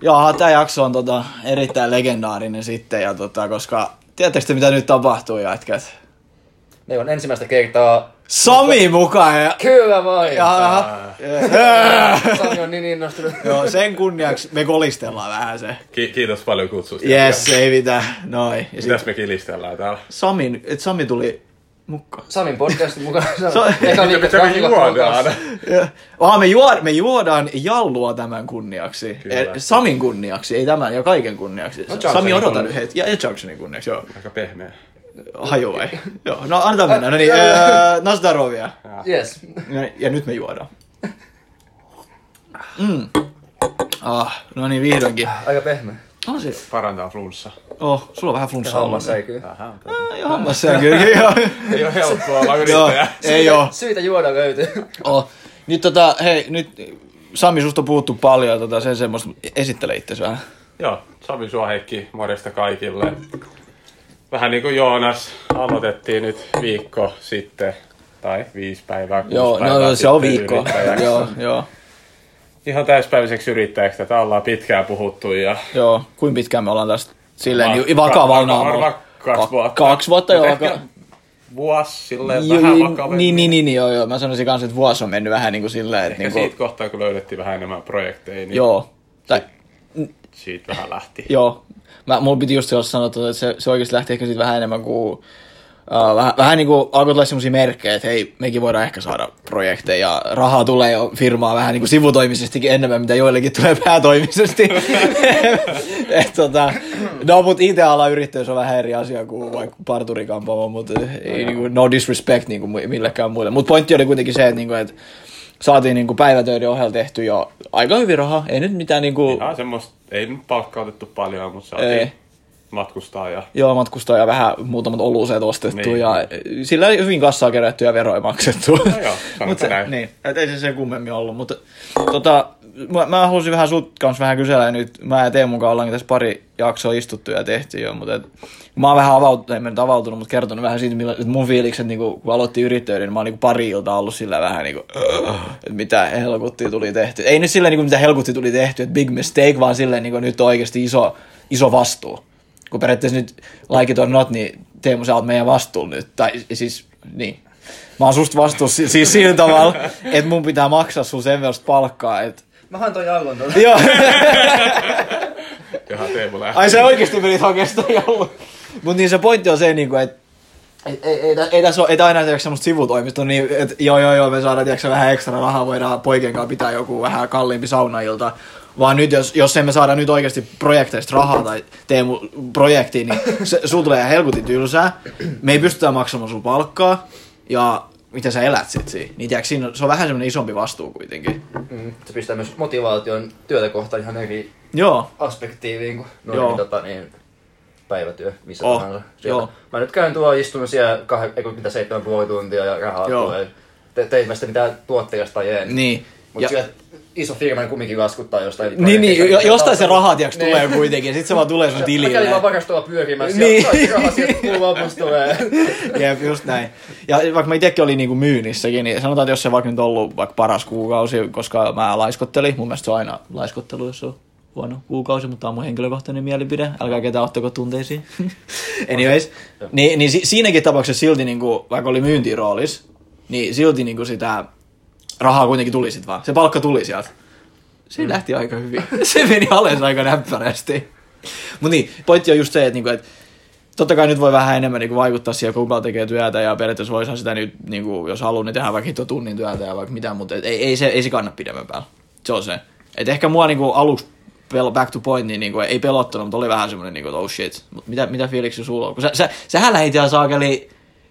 Joo, tämä jakso on tota, erittäin legendaarinen sitten, ja tota, koska tiedättekö te mitä nyt tapahtuu, jätkät? Meillä on ensimmäistä kertaa... Sami mukaan! Ja... Kyllä vain! Jaha. Sami on niin innostunut. Äh. Joo, sen kunniaksi me kolistellaan vähän se. Ki- kiitos paljon kutsusta. Yes, ei mitään. Noin. Ja sit Mitäs me kilistellään täällä? Samin, et Sami tuli mukaan. Samin podcastin mukaan. So- Eka Mitä viikko mitä me kahvilat juodaan? mukaan. Ja- Ah, me, juo, me juodaan jallua tämän kunniaksi. Kyllä. Eh, Samin kunniaksi, ei tämän ja kaiken No, kunniaksi. Johnsonin Sami odota nyt kunniaksi. hetki. Ja, ja Johnsonin kunniaksi, joo. Aika pehmeä. Haju vai? joo, no annetaan mennä. No niin, eh, no sitä rovia. Yes. Ja, ja nyt me juodaan. Mm. Ah, no niin vihdoinkin. Aika pehmeä. On se. Parantaa flunssa. Oh, sulla on vähän flunssaa. Hommassa ei kyllä. Vähän. ollut. Joo, hommassa on kyllä. Joo, Ei ole helppoa olla joo. yrittäjä. ei oo. Syitä juoda löytyy. Oh. Nyt tota, hei, nyt Sami, susta on puhuttu paljon, tota, sen semmoista, esittele itsesi vähän. Joo, Sami sua Heikki, morjesta kaikille. Vähän niin kuin Joonas, aloitettiin nyt viikko sitten, tai viisi päivää, kuusi Joo, päivää no joo, se on sitten viikko. yrittäjäksi. joo, joo, Ihan täyspäiväiseksi yrittäjäksi, tätä ollaan pitkään puhuttu ja joo. Kuin pitkään me ollaan tästä silleen Var- niin varmaan- vakavalla naamalla? varmaan kaksi Ka- vuotta. Kaksi vuotta, joo. Ehkä Ka- vuosi silleen Joo, vähän vakavemmin. niin, niin, niin, niin, joo, joo. Mä sanoisin kanssa, että vuosi on mennyt vähän niin kuin silleen, että Ja niin kuin, siitä kohtaa, kun löydettiin vähän enemmän projekteja, niin joo. Tai, siitä vähän lähti. joo. Mä, mulla piti just jos sanoa, tota, että se, se oikeasti lähti ehkä siitä vähän enemmän kuin... Uh, vähän, vähän niin kuin alkoi tulla semmoisia merkkejä, että hei, mekin voidaan ehkä saada projekteja. ja Rahaa tulee jo firmaa vähän niin kuin sivutoimisestikin enemmän, mitä joillekin tulee päätoimisesti. Et, tota, no, mutta IT-alan yrittäjyys on vähän eri asia kuin vaikka parturikampaamo, mutta ei, niin kuin, no disrespect niin kuin millekään muille. Mutta pointti oli kuitenkin se, että, niin kuin, että saatiin niin kuin päivätöiden ohella tehty jo aika hyvin rahaa. Ei nyt mitään niin kuin, Ihan semmoista, ei nyt palkkaa otettu paljon, mutta Ei. saatiin matkustaa ja Joo, matkustaa ja vähän muutamat oluseet ostettu niin. Niin. ja sillä ei hyvin kassaa kerätty ja veroja maksettu. No joo, sanotko näin. Niin, et ei se sen kummemmin ollut, mutta tota, mä, mä halusin vähän sut kanssa vähän kysellä nyt. Mä ja Teemun kanssa ollaankin tässä pari jaksoa istuttu ja tehty jo, mutta et, mä oon vähän avautunut, en mä nyt avautunut, mutta kertonut vähän siitä, millä, että mun fiilikset niin kun aloitti yrittäjyyden, niin mä oon niin pari iltaa ollut sillä vähän niin kuin, että mitä helkuttia tuli tehty. Ei nyt silleen, niin kuin, mitä helkuttia tuli tehty, että big mistake, vaan silleen niin kuin, nyt on oikeasti iso, iso vastuu kun periaatteessa nyt like it or not, niin Teemu, sä oot meidän vastuulla nyt. Tai siis, niin. Mä oon susta vastuussa si- siis sillä tavalla, että mun pitää maksaa sun sen verran palkkaa, että... Mä hän toi jallon tuolla. Joo, ihan Teemu lähti. ai sä oikeesti menit oikeastaan jollain. Mut niin se pointti on se, niinku, että ei, ei, ei, tä- ei, tässä ole, ei tää aina tiedätkö, semmoista sivutoimista, niin että joo joo joo, me saadaan tiedätkö, vähän ekstra rahaa, voidaan poikien kanssa pitää joku vähän kalliimpi saunailta. Vaan nyt, jos, jos emme saada nyt oikeasti projekteista rahaa tai Teemu projektiin, niin se, sul tulee helkutin tylsää. Me ei pystytä maksamaan sun palkkaa ja miten sä elät sit siinä. Niin tiedätkö, siinä on, se on vähän semmoinen isompi vastuu kuitenkin. Mm, se pistää myös motivaation työtä kohtaan ihan eri Joo, aspektiin niin kuin noin Joo. niin, tota, niin, päivätyö, missä Oh, oh. tahansa. Siellä. joo. Mä nyt käyn tuolla istun siellä kah- ei kun mitä seitsemän puoli tuntia ja rahaa Joo. joo. tulee. Te, teit mä sitä mitään tuotteesta tai ei. niin. Mutta siellä iso firma niin kumminkin laskuttaa jostain. Niin, niin, jo- projektista. jostain se raha tiiäks, Niin. tulee kuitenkin, ja sit se vaan tulee sun Mä kävin tilille. vaan varastolla pyörimässä Niin. niin. ja kaikki raha sieltä kuun lopussa tulee. Jep, just näin. Ja vaikka mä itsekin olin niinku myynnissäkin, niin sanotaan, että jos se vaikka nyt on ollut vaikka paras kuukausi, koska mä laiskottelin, mun mielestä se on aina laiskottelu, jos on huono kuukausi, mutta tämä on mun henkilökohtainen mielipide. Älkää ketään ottako tunteisiin. Anyways, niin, niin si- siinäkin tapauksessa silti, niinku, vaikka oli myyntiroolis, niin silti niinku sitä rahaa kuitenkin tuli sit vaan. Se palkka tuli sieltä. Se mm. lähti aika hyvin. se meni alas aika näppärästi. Mutta niin, pointti on just se, että niinku, et, totta kai nyt voi vähän enemmän niinku, vaikuttaa siihen, kuka tekee työtä ja periaatteessa voisihan sitä nyt, niinku, jos haluaa, niin tehdä vaikka hitto tunnin työtä ja vaikka mitä, mutta et, ei, ei, se, ei se kanna pidemmän päällä. Se on se. Et ehkä mua niinku, aluksi pel- back to point, niin niinku, ei pelottanut, mutta oli vähän semmoinen, niinku, että oh shit, mut mitä, mitä fiiliksi sulla on? Kun sä, sä, sähän lähit ihan saakeli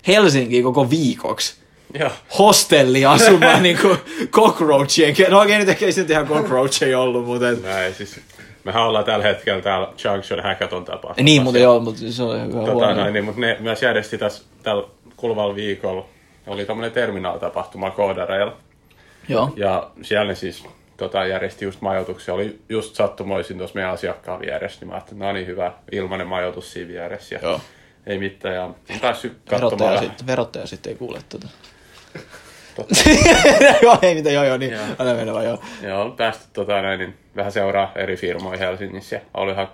Helsinkiin koko viikoksi Joo. hostelli asumaan niinku cockroachien. ke- No okei, nyt ehkä ei se nyt ihan cockroacheja ollut, mutta... Et... Näin siis. Mehän ollaan tällä hetkellä täällä Junction Hackathon tapahtumassa. Niin, mutta joo, mutta se on hyvä Tota, huomio. noin, niin, mutta ne myös järjesti tässä tällä kuluvalla viikolla. Oli tämmöinen terminaalitapahtuma koodareilla. Joo. Ja siellä ne siis tota, järjesti just majoituksia. Oli just sattumoisin tuossa meidän asiakkaan vieressä. Niin mä ajattelin, no niin hyvä, ilmainen majoitus siinä vieressä. Ja Joo. Ei mitään. Ja päässyt katsomaan Verottaja, vähän. sit, verottaja sitten ei kuule tuota. tätä. Totta. joo, ei mitään, joo, joo, niin. Joo. Älä mennä vaan, joo. Joo, päästy tota, näin, niin vähän seuraa eri firmoja Helsingissä. Ja oli ihan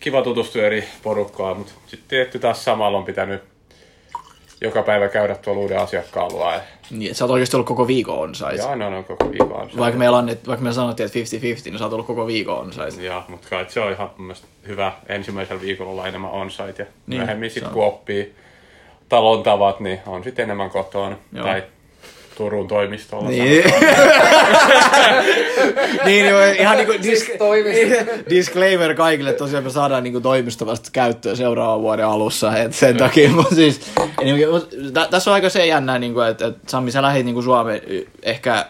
kiva tutustua eri porukkaan, mutta sitten tietty taas samalla on pitänyt joka päivä käydä tuolla uuden asiakkaan luo. Niin, et sä oot oikeasti ollut koko viikon on site. Ja aina on koko viikon. Vaikka meillä, annet, vaikka meillä sanottiin, että 50-50, niin sä oot ollut koko viikon on site. Ja, mutta kai se on ihan mun mielestä hyvä ensimmäisellä viikolla olla enemmän on-site ja Niin, niin, myöhemmin se sitten on. kun oppii talon tavat, niin on sitten enemmän kotona Joo. tai Turun toimistolla. Niin. niin, joo, ihan niinku dis- toimisto. disclaimer kaikille, tosiaan me saadaan niinku toimisto vasta käyttöön seuraavan vuoden alussa, et sen takia, mut siis, ei niinku, mut, tä- tässä on aika se jännä, niinku, että et, Sami, sä lähdit niinku Suomen, y- ehkä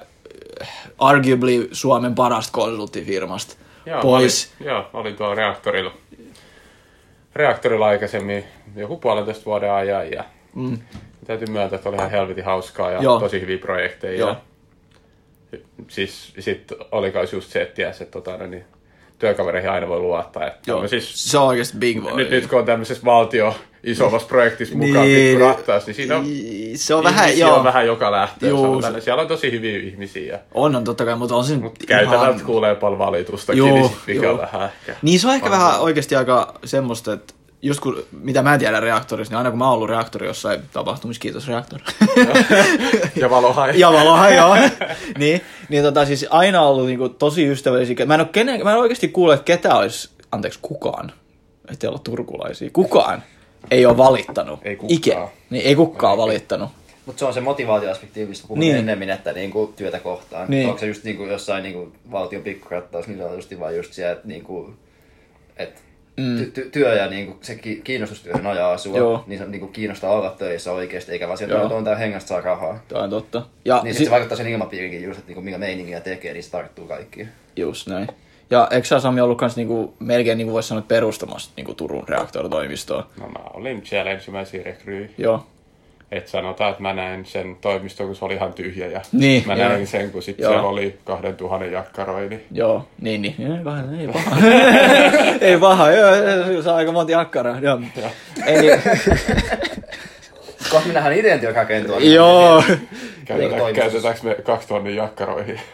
eh, arguably Suomen parasta konsulttifirmasta Joo, no niin. pois. Oli, joo, oli tuolla reaktorilla. Reaktorilla aikaisemmin joku puolentoista vuoden ajan ja Mm. täytyy myöntää, että oli ihan helvetin hauskaa Joo. ja joo. tosi hyviä projekteja. Joo. Ja, siis sit oli kai just se, että ties, että tota, no niin, työkavereihin aina voi luottaa. Että siis Joo, tämmöisissä- se on oikeesti big boy. nyt, nyt kun on tämmöisessä valtio isommassa projektissa mukaan niin, pikku rattaassa, niin siinä on, niin, se on vähän, ihmisiä No. joo, on vähän joka lähtöä. Juu, sanotaan. Siellä on tosi hyviä ihmisiä ja on, on totta kai, mutta on se nyt käytävät kuulee paljon valitustakin, Juu, niin sit mikä juu. on vähän ehkä. Niin se on ehkä Varmaan. vähän oikeasti aika semmoista, että just kun, mitä mä tiedän reaktorissa, niin aina kun mä oon ollut reaktori jossain tapahtumissa, kiitos reaktor. Ja valohai. ja valoha, joo. niin, niin tota siis aina ollut niinku tosi ystävällisiä. Mä en, oo kenen, mä en oikeasti kuule, että ketä olisi, anteeksi, kukaan, ettei olla turkulaisia, kukaan ei ole valittanut. Ei kukaan. Niin, ei kukaan valittanut. Mutta se on se motivaatioaspekti, mistä puhuin Niin. niin. ennemmin, että niinku työtä kohtaan. Niin. Niin. Onko se just niinku jossain niinku valtion pikkukattaus, niin se on just vaan just siellä, että niinku, et mm. ty- ty- työ ja niinku, se ki- kiinnostus työhön ajaa sua, Joo. Joo. niin se niinku kiinnostaa olla töissä oikeasti, eikä vaan sieltä Joo. että no, on tää hengästä saa rahaa. Tämä on totta. Ja Niin sit se vaikuttaa sen ilmapiirikin just, että niinku, minkä meininkiä tekee, niin se tarttuu kaikkiin. Just näin. Ja eikö sä Sami ollut kans niinku, melkein niinku voisi sanoa että perustamassa niinku Turun reaktoritoimistoa? No mä olin siellä ensimmäisiä rekryy. Joo. Et sanotaan, että mä näin sen toimiston, kun se oli ihan tyhjä. Ja Niin, mä joo. näin sen, kun sit Joo. siellä oli kahden tuhannen jakkaroi. Niin Joo, niin, niin. Ei paha, ei paha. ei paha, joo, joo, se on aika monta jakkaraa. Joo. Ei, Kohta minähän identio rakentua. joo. käytetään, toimistossa. käytetäänkö me kaksi tuhannen jakkaroihin?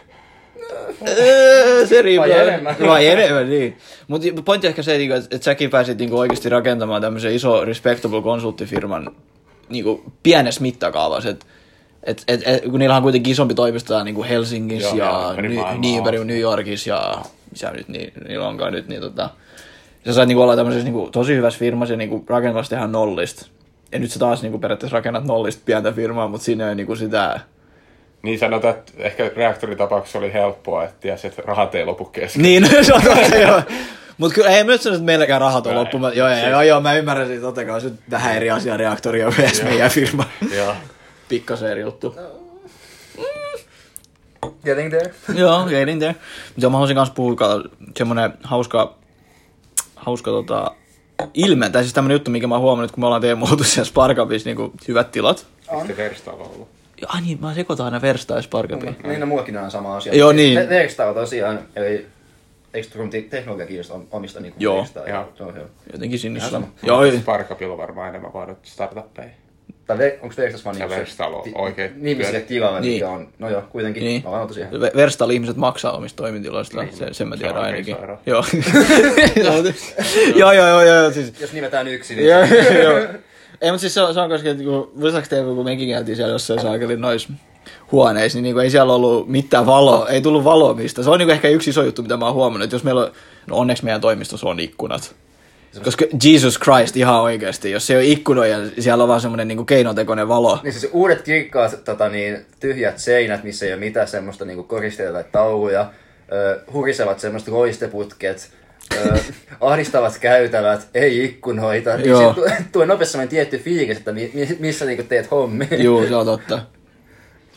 Öö, se riippuu. Vai enemmän. Vai enemmän, niin. Mutta pointti ehkä se, niinku, että et säkin pääsit niinku oikeasti rakentamaan tämmöisen iso respectable konsulttifirman niinku pienessä mittakaavassa. Et, et, et, et, kun niillä on kuitenkin isompi toimisto täällä niinku Helsingissä Joo, ja, ja ympäri Ny- maailmaa. niin ympäri New Yorkissa ja missä nyt niin, niillä onkaan nyt, niin tota, sä sait niinku olla tämmöisessä niinku, tosi hyvässä firmassa ja niinku rakentaa sitä ihan nollista. Ja nyt sä taas niinku periaatteessa rakennat nollista pientä firmaa, mutta siinä ei niinku sitä... Niin sanotaan, että ehkä reaktoritapauksessa oli helppoa, että ties, että rahat ei lopu kesken. Niin, se on totta, joo. Mut kyllä ei Siis- myös sanoa, että meilläkään rahat on loppu. Joo, joo, joo, joo, mä ymmärrän siitä totta kai. Se on vähän eri asia reaktori on myös meidän firma. Joo. Pikkasen eri juttu. Getting there. joo, getting there. Mutta mä haluaisin kanssa puhua ka- semmonen hauska, hauska tota, ilme. Tai siis tämmönen juttu, mikä mä oon huomannut, kun me ollaan Teemu oltu siellä Sparkabissa niinku hyvät tilat. Miksi se verstaava ollut? Ai niin, mä sekoitan aina Verstaa ja Sparkabia. Niin, no mullakin on sama asia. Joo, niin. Te- Tekstaa tosiaan, eli eikö Turun te- teknologia kiinnosta om- omista niinku Joo. tekstaa? Joo. Se on hyvä. Jotenkin sinne sama. Joo, joo. Sparkapilla on varmaan enemmän vaadot startuppeja. Tai ve- onko Teksas vaan niinku Ja Verstalo, oikein Nimisille työtä. tilalle, Niin. mikä on. No joo, kuitenkin. Niin. Niin. Mä vaan otan siihen. Ve- Verstaalla ihmiset maksaa omista toimitiloista, niin. sen, sen mä Se tiedän on oikein ainakin. sairaan. Joo. joo, joo, joo, joo, joo, siis. Jos nimetään yksi, niin... Joo, joo. Ei, mutta siis se on, se on koska, että kun, muistaaks te, kun mekin käytiin siellä jossain saakeli noissa huoneissa, niin, niin ei siellä ollut mitään valoa, ei tullut valoa mistä. Se on niin ehkä yksi iso juttu, mitä mä oon huomannut, että jos meillä on, no onneksi meidän toimistossa on ikkunat. Koska Jesus Christ ihan oikeasti, jos se ei ole ikkunoja, siellä on vaan semmoinen niin keinotekoinen valo. Niin siis uudet kirkkaat tota, niin, tyhjät seinät, missä ei ole mitään semmoista niin koristeita tai tauluja, ö, hurisevat semmoiset roisteputket, ö, ahdistavat käytävät, ei ikkunoita. Niin Joo. sit tu- tulee nopeasti semmoinen tietty fiilis, että mi- mi- missä niin teet hommi. Joo, se on totta.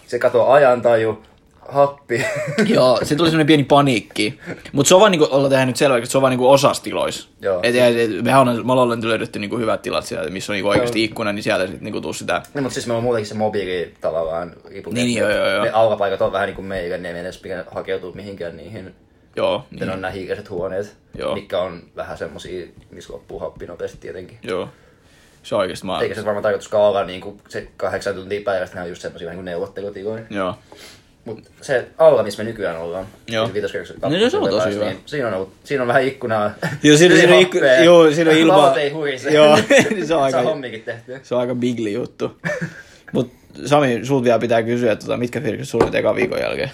Se katoo ajantaju, happi. Joo, se tuli semmoinen pieni paniikki. Mutta se on vaan niinku, ollaan tehdä nyt selväksi, että se on vaan niinku osastilois. Joo. Et, et, et, mehän on, me ollaan nyt löydetty niinku hyvät tilat siellä, missä on niinku oikeasti ikkuna, niin sieltä sitten niinku tuu sitä. No, mutta siis meillä on muutenkin se mobiili tavallaan ipuketti. Niin, joo, joo, joo. Ne aulapaikat on vähän niin kuin meillä, ne ei edes pidä hakeutua mihinkään niihin. Joo, Niin. niin, Ne on nämä hiikaiset huoneet, Joo. mitkä on vähän semmosia, missä loppuu happi nopeasti tietenkin. joo. Se on oikeasti maa. niinku Eikä se varmaan tarkoituskaan olla niin kuin se kahdeksan tuntia päivästä, ne on just semmosia vähän niin kuin niinku neuvottelutiloja. Joo. Mutta se alla, missä me nykyään ollaan, Joo. siis vitoskerroksen No niin, se on kakkosella tosi päässä, hyvä. niin siinä on, ollut, siinä on vähän ikkunaa. Joo, siinä, siinä, on, ikku- Happea. joo, siinä on ilmaa. Valot ei hurise. Joo, niin se on Saa aika, hommikin tehtyä. se on aika bigli juttu. Mut Sami, sulta vielä pitää kysyä, että tota, mitkä firkit sulla nyt ekan viikon jälkeen?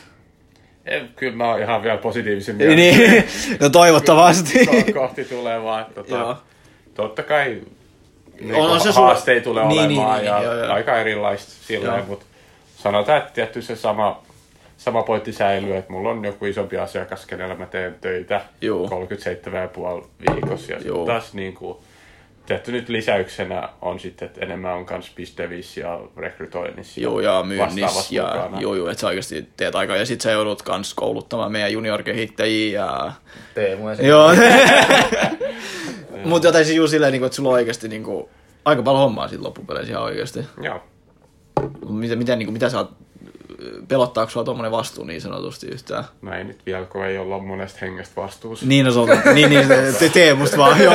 Ei, Kyllä mä oon ihan vielä positiivisin Ei mielin. niin, no toivottavasti. Ko- kohti tulevaa. Tota, Joo. totta kai niin On- on se sulle- haasteita tulee Niin, niin, olemaan niin, ja niin, joo, joo. aika erilaista silleen, Joo. mutta sanotaan, että tietty se sama, sama pointti säilyy, että mulla on joku isompi asiakas, kenellä mä teen töitä Joo. 37,5 viikossa ja Joo. sitten taas niin kuin, tietty nyt lisäyksenä on sitten, että enemmän on kans pistevis ja rekrytoinnissa. Joo, ja myynnissä. vastaavassa Ja, mukana. joo, joo, että sä oikeasti teet aikaa. Ja sit sä joudut kans kouluttamaan meidän juniorkehittäjiä. Ja... Teemu ja se- Joo. Mutta jotain siis juu silleen, niinku, että sulla on oikeasti niinku, aika paljon hommaa sit loppupeleissä ihan oikeasti. Joo. Mut Miten, miten, niinku, mitä sä oot, pelottaako sua tommonen vastuu niin sanotusti yhtään? Mä en nyt vielä, kun ei olla monesta hengestä vastuussa. Niin, no se on, niin, niin, se- te tee musta vaan, joo.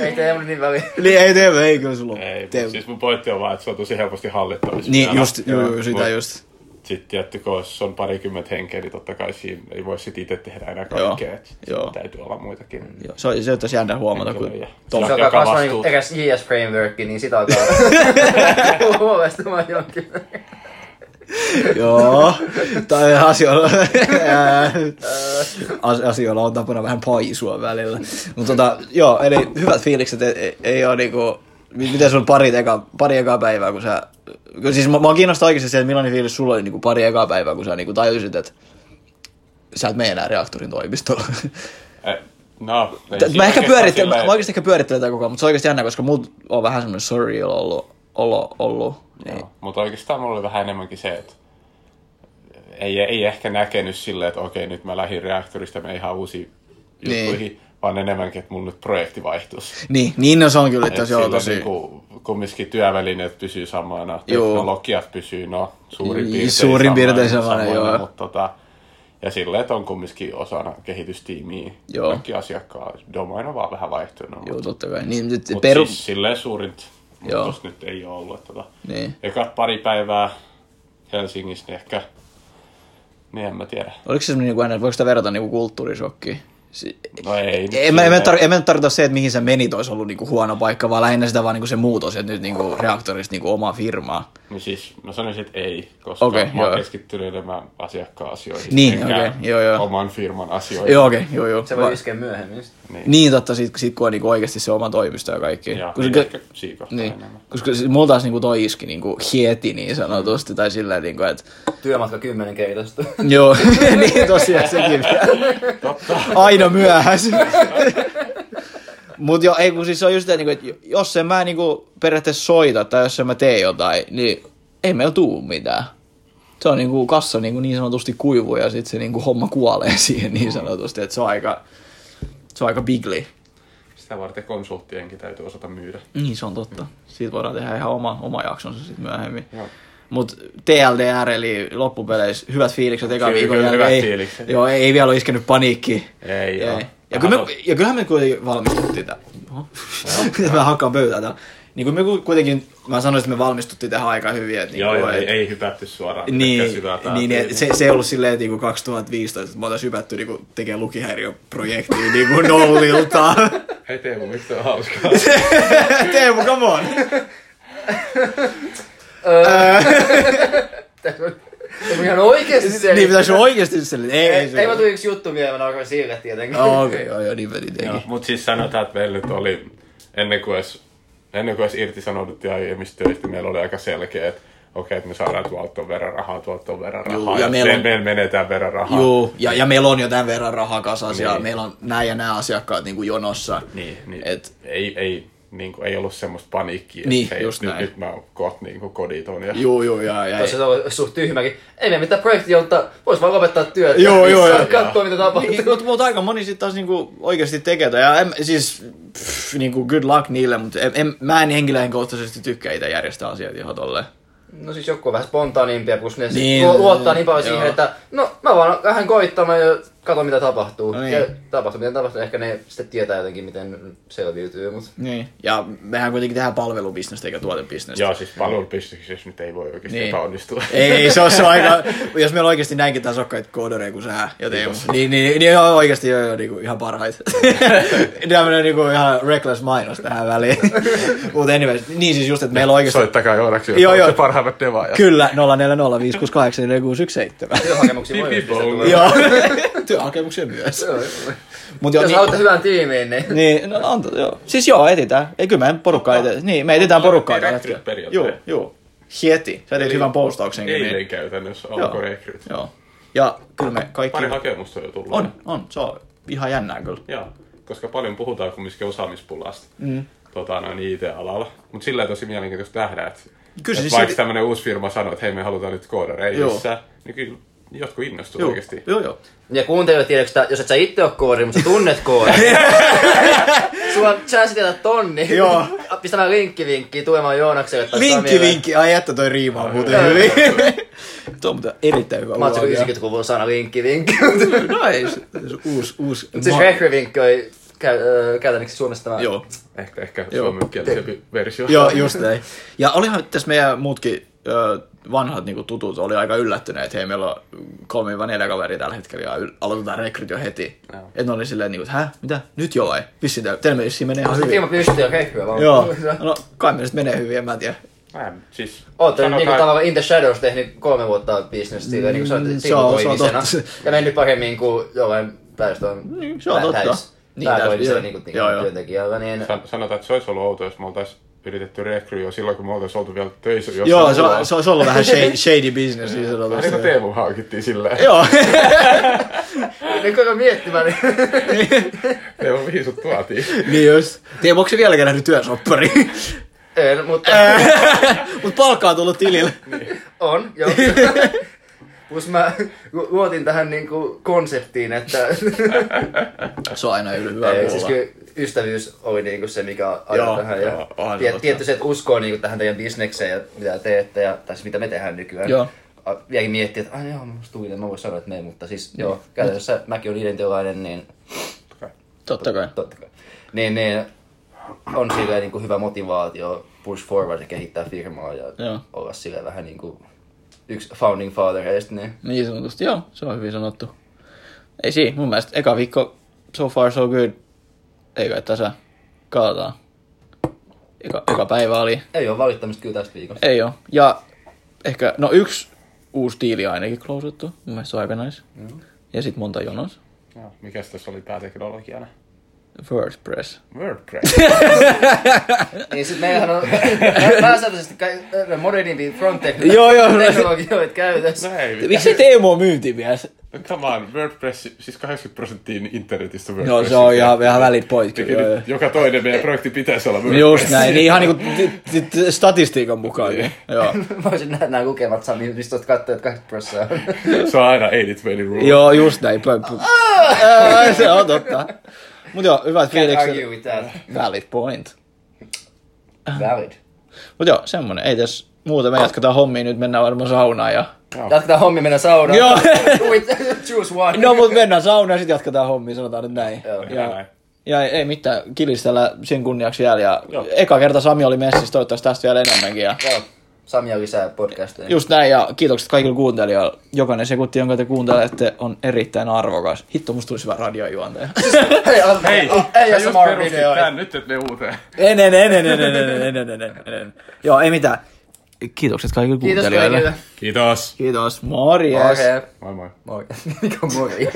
Ei Teemu niin väliin. niin, ei tee, ei kyllä sulla Ei, ei, mut siis mun pointti on vaan, että se on tosi helposti hallittavissa. Niin, Älä- just, joo, joo, sitä Mut just. Sitten tietty, kun jos on parikymmentä henkeä, niin totta kai siinä ei voi sit itse tehdä enää Joo, kaikkea. et sit joo. Täytyy olla muitakin. Joo, se, se olisi jännä huomata, kun Henkilöjä. tuolla Se Joka alkaa kasvaa vastuu. niin eräs JS-frameworkki, niin sitä alkaa huolestumaan jonkin. Joo, tai asioilla, ää, as- asioilla on tapana vähän paisua välillä. Mutta tota, joo, eli hyvät fiilikset ei, ei, ei ole niinku, mi- miten sun pari, eka, pari ekaa päivää, kun sä, kun siis mä, mä kiinnostaa oikeasti se, että millainen fiilis sulla oli niinku pari ekaa päivää, kun sä niinku tajusit, että sä et mene enää reaktorin toimistolla. Eh, No, Mä ei ehkä, siinä oikeastaan pyörittelen, silleen- mä oikeasti ehkä pyörittelen tätä koko ajan, mutta se on oikeasti jännä, koska mulla on vähän semmoinen surreal ollut, ollut, ollut niin. Joo, Mutta oikeastaan mulla oli vähän enemmänkin se, että ei, ei ehkä näkenyt silleen, että okei, nyt mä lähdin reaktorista, me ihan uusiin Niin. juttuihin, vaan enemmänkin, että mun nyt projekti vaihtuisi. Niin, niin no se on kyllä itse Et asiassa joo, sillä tosi... Niinku, kumminkin työvälineet pysyy samana, Joo. teknologiat pysyy no, suurin Juu, piirtein, suurin piirtein samana, joo. Mutta tota, ja silleen, että on kumminkin osana kehitystiimiä. Joo. Kaikki asiakkaat, domain on vaan vähän vaihtunut. Joo, totta kai. Niin, nyt Mutta peru... siis silleen suurint Joo. muutos nyt ei ole ollut. että Tota, Niin. Ekat pari päivää Helsingissä, niin ehkä, niin en mä tiedä. Oliko se semmoinen, niin kuin, voiko sitä verrata niin kulttuurishokkiin? Si- No ei. nyt en, mä, en, mä silleen- tar- en mä nyt tarkoita se, että mihin sä menit, olisi ollut niinku huono paikka, vaan lähinnä sitä vaan niinku se muutos, että nyt niinku reaktorista niinku oma firmaa. Niin siis mä sanoisin, että ei, koska Okei, okay, mä oon joo. keskittynyt enemmän asiakkaan asioihin. Niin, enkä okei, joo, joo. Oman firman asioihin. Joo, okei, okay, joo, joo. Se Va- voi siis- iskeä myöhemmin. Niin, totta, sit, sit kun on niinku oikeasti se oma toimisto ja kaikki. Ja Koska- niin ehkä siikahtaa niin, enemmän. koska siis mulla taas niinku toi iski niinku hieti niin sanotusti, tai sillä niinku, että Työmatka kymmenen kertaista. joo, niin tosiaan sekin vielä. Totta. Aina myöhässä. Mutta joo, ei kun siis se on just sitä, että jos en mä niinku periaatteessa soita tai jos en mä tee jotain, niin ei meillä tuu mitään. Se on niinku kassa niinku niin sanotusti kuivu ja sitten se niinku homma kuolee siihen niin sanotusti, että se on aika, se on aika bigli. Sitä varten konsulttienkin täytyy osata myydä. Niin, se on totta. Siitä voidaan tehdä ihan oma, oma jaksonsa sitten myöhemmin. Joo. Mutta TLDR, eli loppupeleissä hyvät fiilikset eka Kyllä, viikon kyllä, jälkeen. hyvät Ei- fiilikset. Joo, ei, ei vielä ole iskenyt paniikki. Ei, joo. Ja, kyllä me, Vähän tot- ja kyllähän me kuitenkin valmistuttiin tämän. Mä hakkaan pöytää tämän. Niin kuin me ku- kuitenkin, mä sanoin, että me valmistuttiin tähän aika hyvin. Että Joo, niin joo, kuin, ei, et- ei hypätty suoraan. pelkkä niin, syvää niin, päätyä, et se, se ei ollut silleen niin kuin 2015, että me oltaisiin hypätty niin kuin, tekemään lukihäiriöprojektia niin kuin nollilta. Hei Teemu, miksi tää on hauskaa? Teemu, come on! Ei ihan oikeesti se. niin pitäisi oikeasti silleen, ei, Ei, ei, ei mä tuli yksi juttu mieleen, mä nauroin sille tietenkin. Oh, Okei, joo, joo, niin meni Joo, tietenkin. Mut siis sanotaan, että meillä nyt oli, ennen kuin edes, ennen kuin edes irtisanouduttiin aiemmista töistä, meillä oli aika selkeä, että okei, että me saadaan tuolta ton verran rahaa, tuolta ton verran Juu, rahaa, ja ja, meillä me, on- meillä menetään verran rahaa. Joo, ja, ja meillä on jo tämän verran rahaa kasassa ja Niin. meillä on nämä ja nämä asiakkaat niin kuin jonossa. Niin, niin Et, ei, ei, niin kuin, ei ollut semmoista paniikkiä, että Niin, hei, just nyt, näin. nyt mä koht niin kuin koditon ja juu, juu, ja, ja, Tuossa se on suht tyhmäkin. Ei meillä mitään projektia, mutta vois vaan lopettaa työt. Joo, joo, joo. Kattoo mitä Niin, tapahtuu. mutta, mutta aika moni sitten taas niinku oikeasti tekee tätä. Ja en, siis pff, niinku good luck niille, mutta en, en, mä en henkilökohtaisesti tykkää itse järjestää asiat ihan tolleen. No siis joku on vähän spontaanimpia, plus ne Niin, niin, luottaa niin paljon joo. siihen, että no mä vaan lähden koittamaan ja kato mitä tapahtuu. No No niin. niin. ja tapahtuu, miten tapahtuu. Ehkä ne sitten tietää jotenkin, miten selviytyy, mutta Niin. Ja mehän kuitenkin tehdään palvelubisnestä eikä tuotebisnestä. Joo, siis palvelupistyksessä nyt ei voi oikeasti Niin. niin. epäonnistua. Ei, ei, se on se on aika, jos meillä on oikeasti näinkin tasokkaita koodareja kuin sä ja Teemu, niin, niin, niin joo, oikeasti joo, joo, niin ihan parhaita. Nämä menee niin kuin ihan reckless mainos tähän väliin. Mutta anyways, niin siis just, että meillä on oikeasti... Soittakaa Joonaksi, Joo, jos olette joo. parhaimmat devaajat. Kyllä, 0405684617. työhakemuksia voi Pipi pistää boom. tulemaan. Joo, työhakemuksia myös. Joo, Mut Jos joo, niin. niin, haluatte hyvän tiimiin, niin... niin, no, anta, joo. Siis joo, etitään. Ei, kyllä meidän porukkaa etitään. Niin, me etitään porukkaa Recruit tällä hetkellä. periaatteella. Joo, joo. Heti. Sä teit Eli hyvän postauksen. Eilen Niin. käytännössä Joo. alkoi rekryt. Joo. Ja kyllä me kaikki... Pari hakemusta on jo tullut. On, on. Se on ihan jännää kyllä. Joo, koska paljon puhutaan kumminkin osaamispulasta. Mm. Tota, noin IT-alalla. Mutta sillä tosi mielenkiintoista nähdä, että Kyllä et siis vaikka se- tämmöinen uusi firma sanoo, että hei me halutaan nyt koodareita Joo. lisää, niin kyllä jotkut innostuu Joo, oikeasti. joo, joo. Ja kuuntelijat tiedätkö, että jos et sä itse ole koodi, mutta sä tunnet koodi. Sulla chanssi tehdä tonni. Joo. Pistämään linkkivinkkiä tulemaan Joonakselle tai Vinkki, Samille. vinkki. Ai että toi riima on muuten Joo. hyvin. Tuo on muuten erittäin hyvä Mä oon se ulosia. 90-luvun sana linkkivinkki. No ei, se- se uusi, uusi. Mut siis ma- rekryvinkki oli käy, ö, käytännössä Suomessa tämä. Joo. Ehkä, ehkä Joo. suomenkielisempi versio. Joo, just näin. Ja olihan tässä meidän muutkin ö, vanhat niinku tutut oli aika yllättyneet, että hei, meillä on kolme vai neljä kaveria tällä hetkellä ja yl- aloitetaan rekryt jo heti. Joo. Että ne oli silleen, niinku, että hä, mitä, nyt jo vai? Vissiin teillä teillä vissiin menee ihan Se hyvin. firma pystyy ja rekryä vaan. Joo, no kai meillä sit menee hyvin, en mä tiedä. Mä en, siis, Ootte niin nyt sanotaan, niinku tavallaan In the Shadows tehnyt kolme vuotta bisnestä silleen, niinku sä oot Mm, se on- se on sivutoimisena. totta. Ja mennyt paremmin kuin jollain päästön Niin, se on totta. Niin, päätoimisella täysin, niinku joo. Joo, joo. niinku työntekijällä. Niin san- Sanotaan, että se olisi ollut outoa, jos me oltaisiin yritetty rekryä jo silloin, kun me oltaisiin oltu vielä töissä. jossain Joo, se, muualla. on- se olisi ollut vähän shady, shady business, niin sanotaan. Vähän niin kuin Teemu haukittiin silleen. Joo, Nyt kun mä miettimään, niin Teemu viisut tuotiin. niin just. Teemu, onko se vieläkään nähnyt työsoppari? en, mutta Mut palkkaa on tullut tilille. on, joo. Plus mä lu- luotin tähän niinku konseptiin, että Se on aina hyvä kuulla. ei, siis kyllä ystävyys oli niinku se, mikä Joo, ajoi tähän. Ja joo, onhan se tie- totta. tietty se, että uskoo niinku tähän teidän bisnekseen ja mitä teette, ja, tai siis mitä me tehdään nykyään. Joo. A- Vieläkin miettii, että aina joo, musta tuli, mä voin sanoa, että me, mutta siis joo, käytännössä mäkin olen identiolainen, niin Totta kai. totta kai. Niin, niin on silleen niin kuin hyvä motivaatio push forward ja kehittää firmaa ja Joo. Joo. olla silleen vähän niin kuin yksi founding fathereista. Niin. Niin sanotusti, joo, se on hyvin sanottu. Ei siinä, mun mielestä eka viikko, so far so good. Ei kai tässä, katsotaan. Eka, eka päivä oli, Ei ole valittamista kyllä tästä viikosta. ei oo. Ja ehkä, no yksi uusi tiili ainakin closettu, mun mielestä se on aika nice. Mm. Ja sit monta jonos. No, mikäs tässä oli pääteknologiana? WordPress. WordPress. Niin sit meillähän on pääsääntöisesti kai- modernimpia front-teknologioita Joo, joo. käytössä. No ei, Miksi Teemu on myyntimies? No Come on, Wordpress, siis 80 prosenttia internetistä on Joo, Wordpress. se on ihan, ihan välit pois Eli kyllä. joo, joo. nyt joka toinen meidän projekti pitäisi olla WordPress. Just näin, niin ihan niinku t- t- t- statistiikan mukaan. niin. Joo. Mä voisin nähdä nämä lukemat Sami, mistä oot katsoa, että 80 prosenttia on. Se on aina 80 rule. Joo, just näin. Pö, pö. Ää, se on totta. Mut joo, hyvät Argue fiilikset. with that. Valid point. Ah. Valid. Mut joo, semmonen. Ei tässä muuta. Me jatketaan hommia. Nyt mennään varmaan saunaan ja... Jatketaan hommi mennä saunaan. Joo. With- Choose one. No mut mennään saunaan ja sit jatketaan hommia, sanotaan nyt näin. Joo. Tehdään näin. Ja ei, ei mitään, kilistellä sen kunniaksi vielä. Ja Joo. eka kerta Sami oli messissä, toivottavasti tästä vielä enemmänkin. Ja Joo. Sami on lisää podcasteja. just näin, ja kiitokset kaikille kuuntelijoille. Jokainen sekunti, jonka te kuuntelette, on erittäin arvokas. Hitto, musta tulisi hyvä radiojuontaja. Hei, al- Hei, al- ei, ei sä just perustit ASMR-videoita. tän nyt, että ne uuteen. En, en, en, en, en, en, en, en, en, en, en, en. Joo, ei mitään. Kiitokset kaikille Kiitos kuuntelijoille. kaikille. Kiitos. Kiitos. Morjes. Morjens. Moi moi. Moi. Mikä on moi?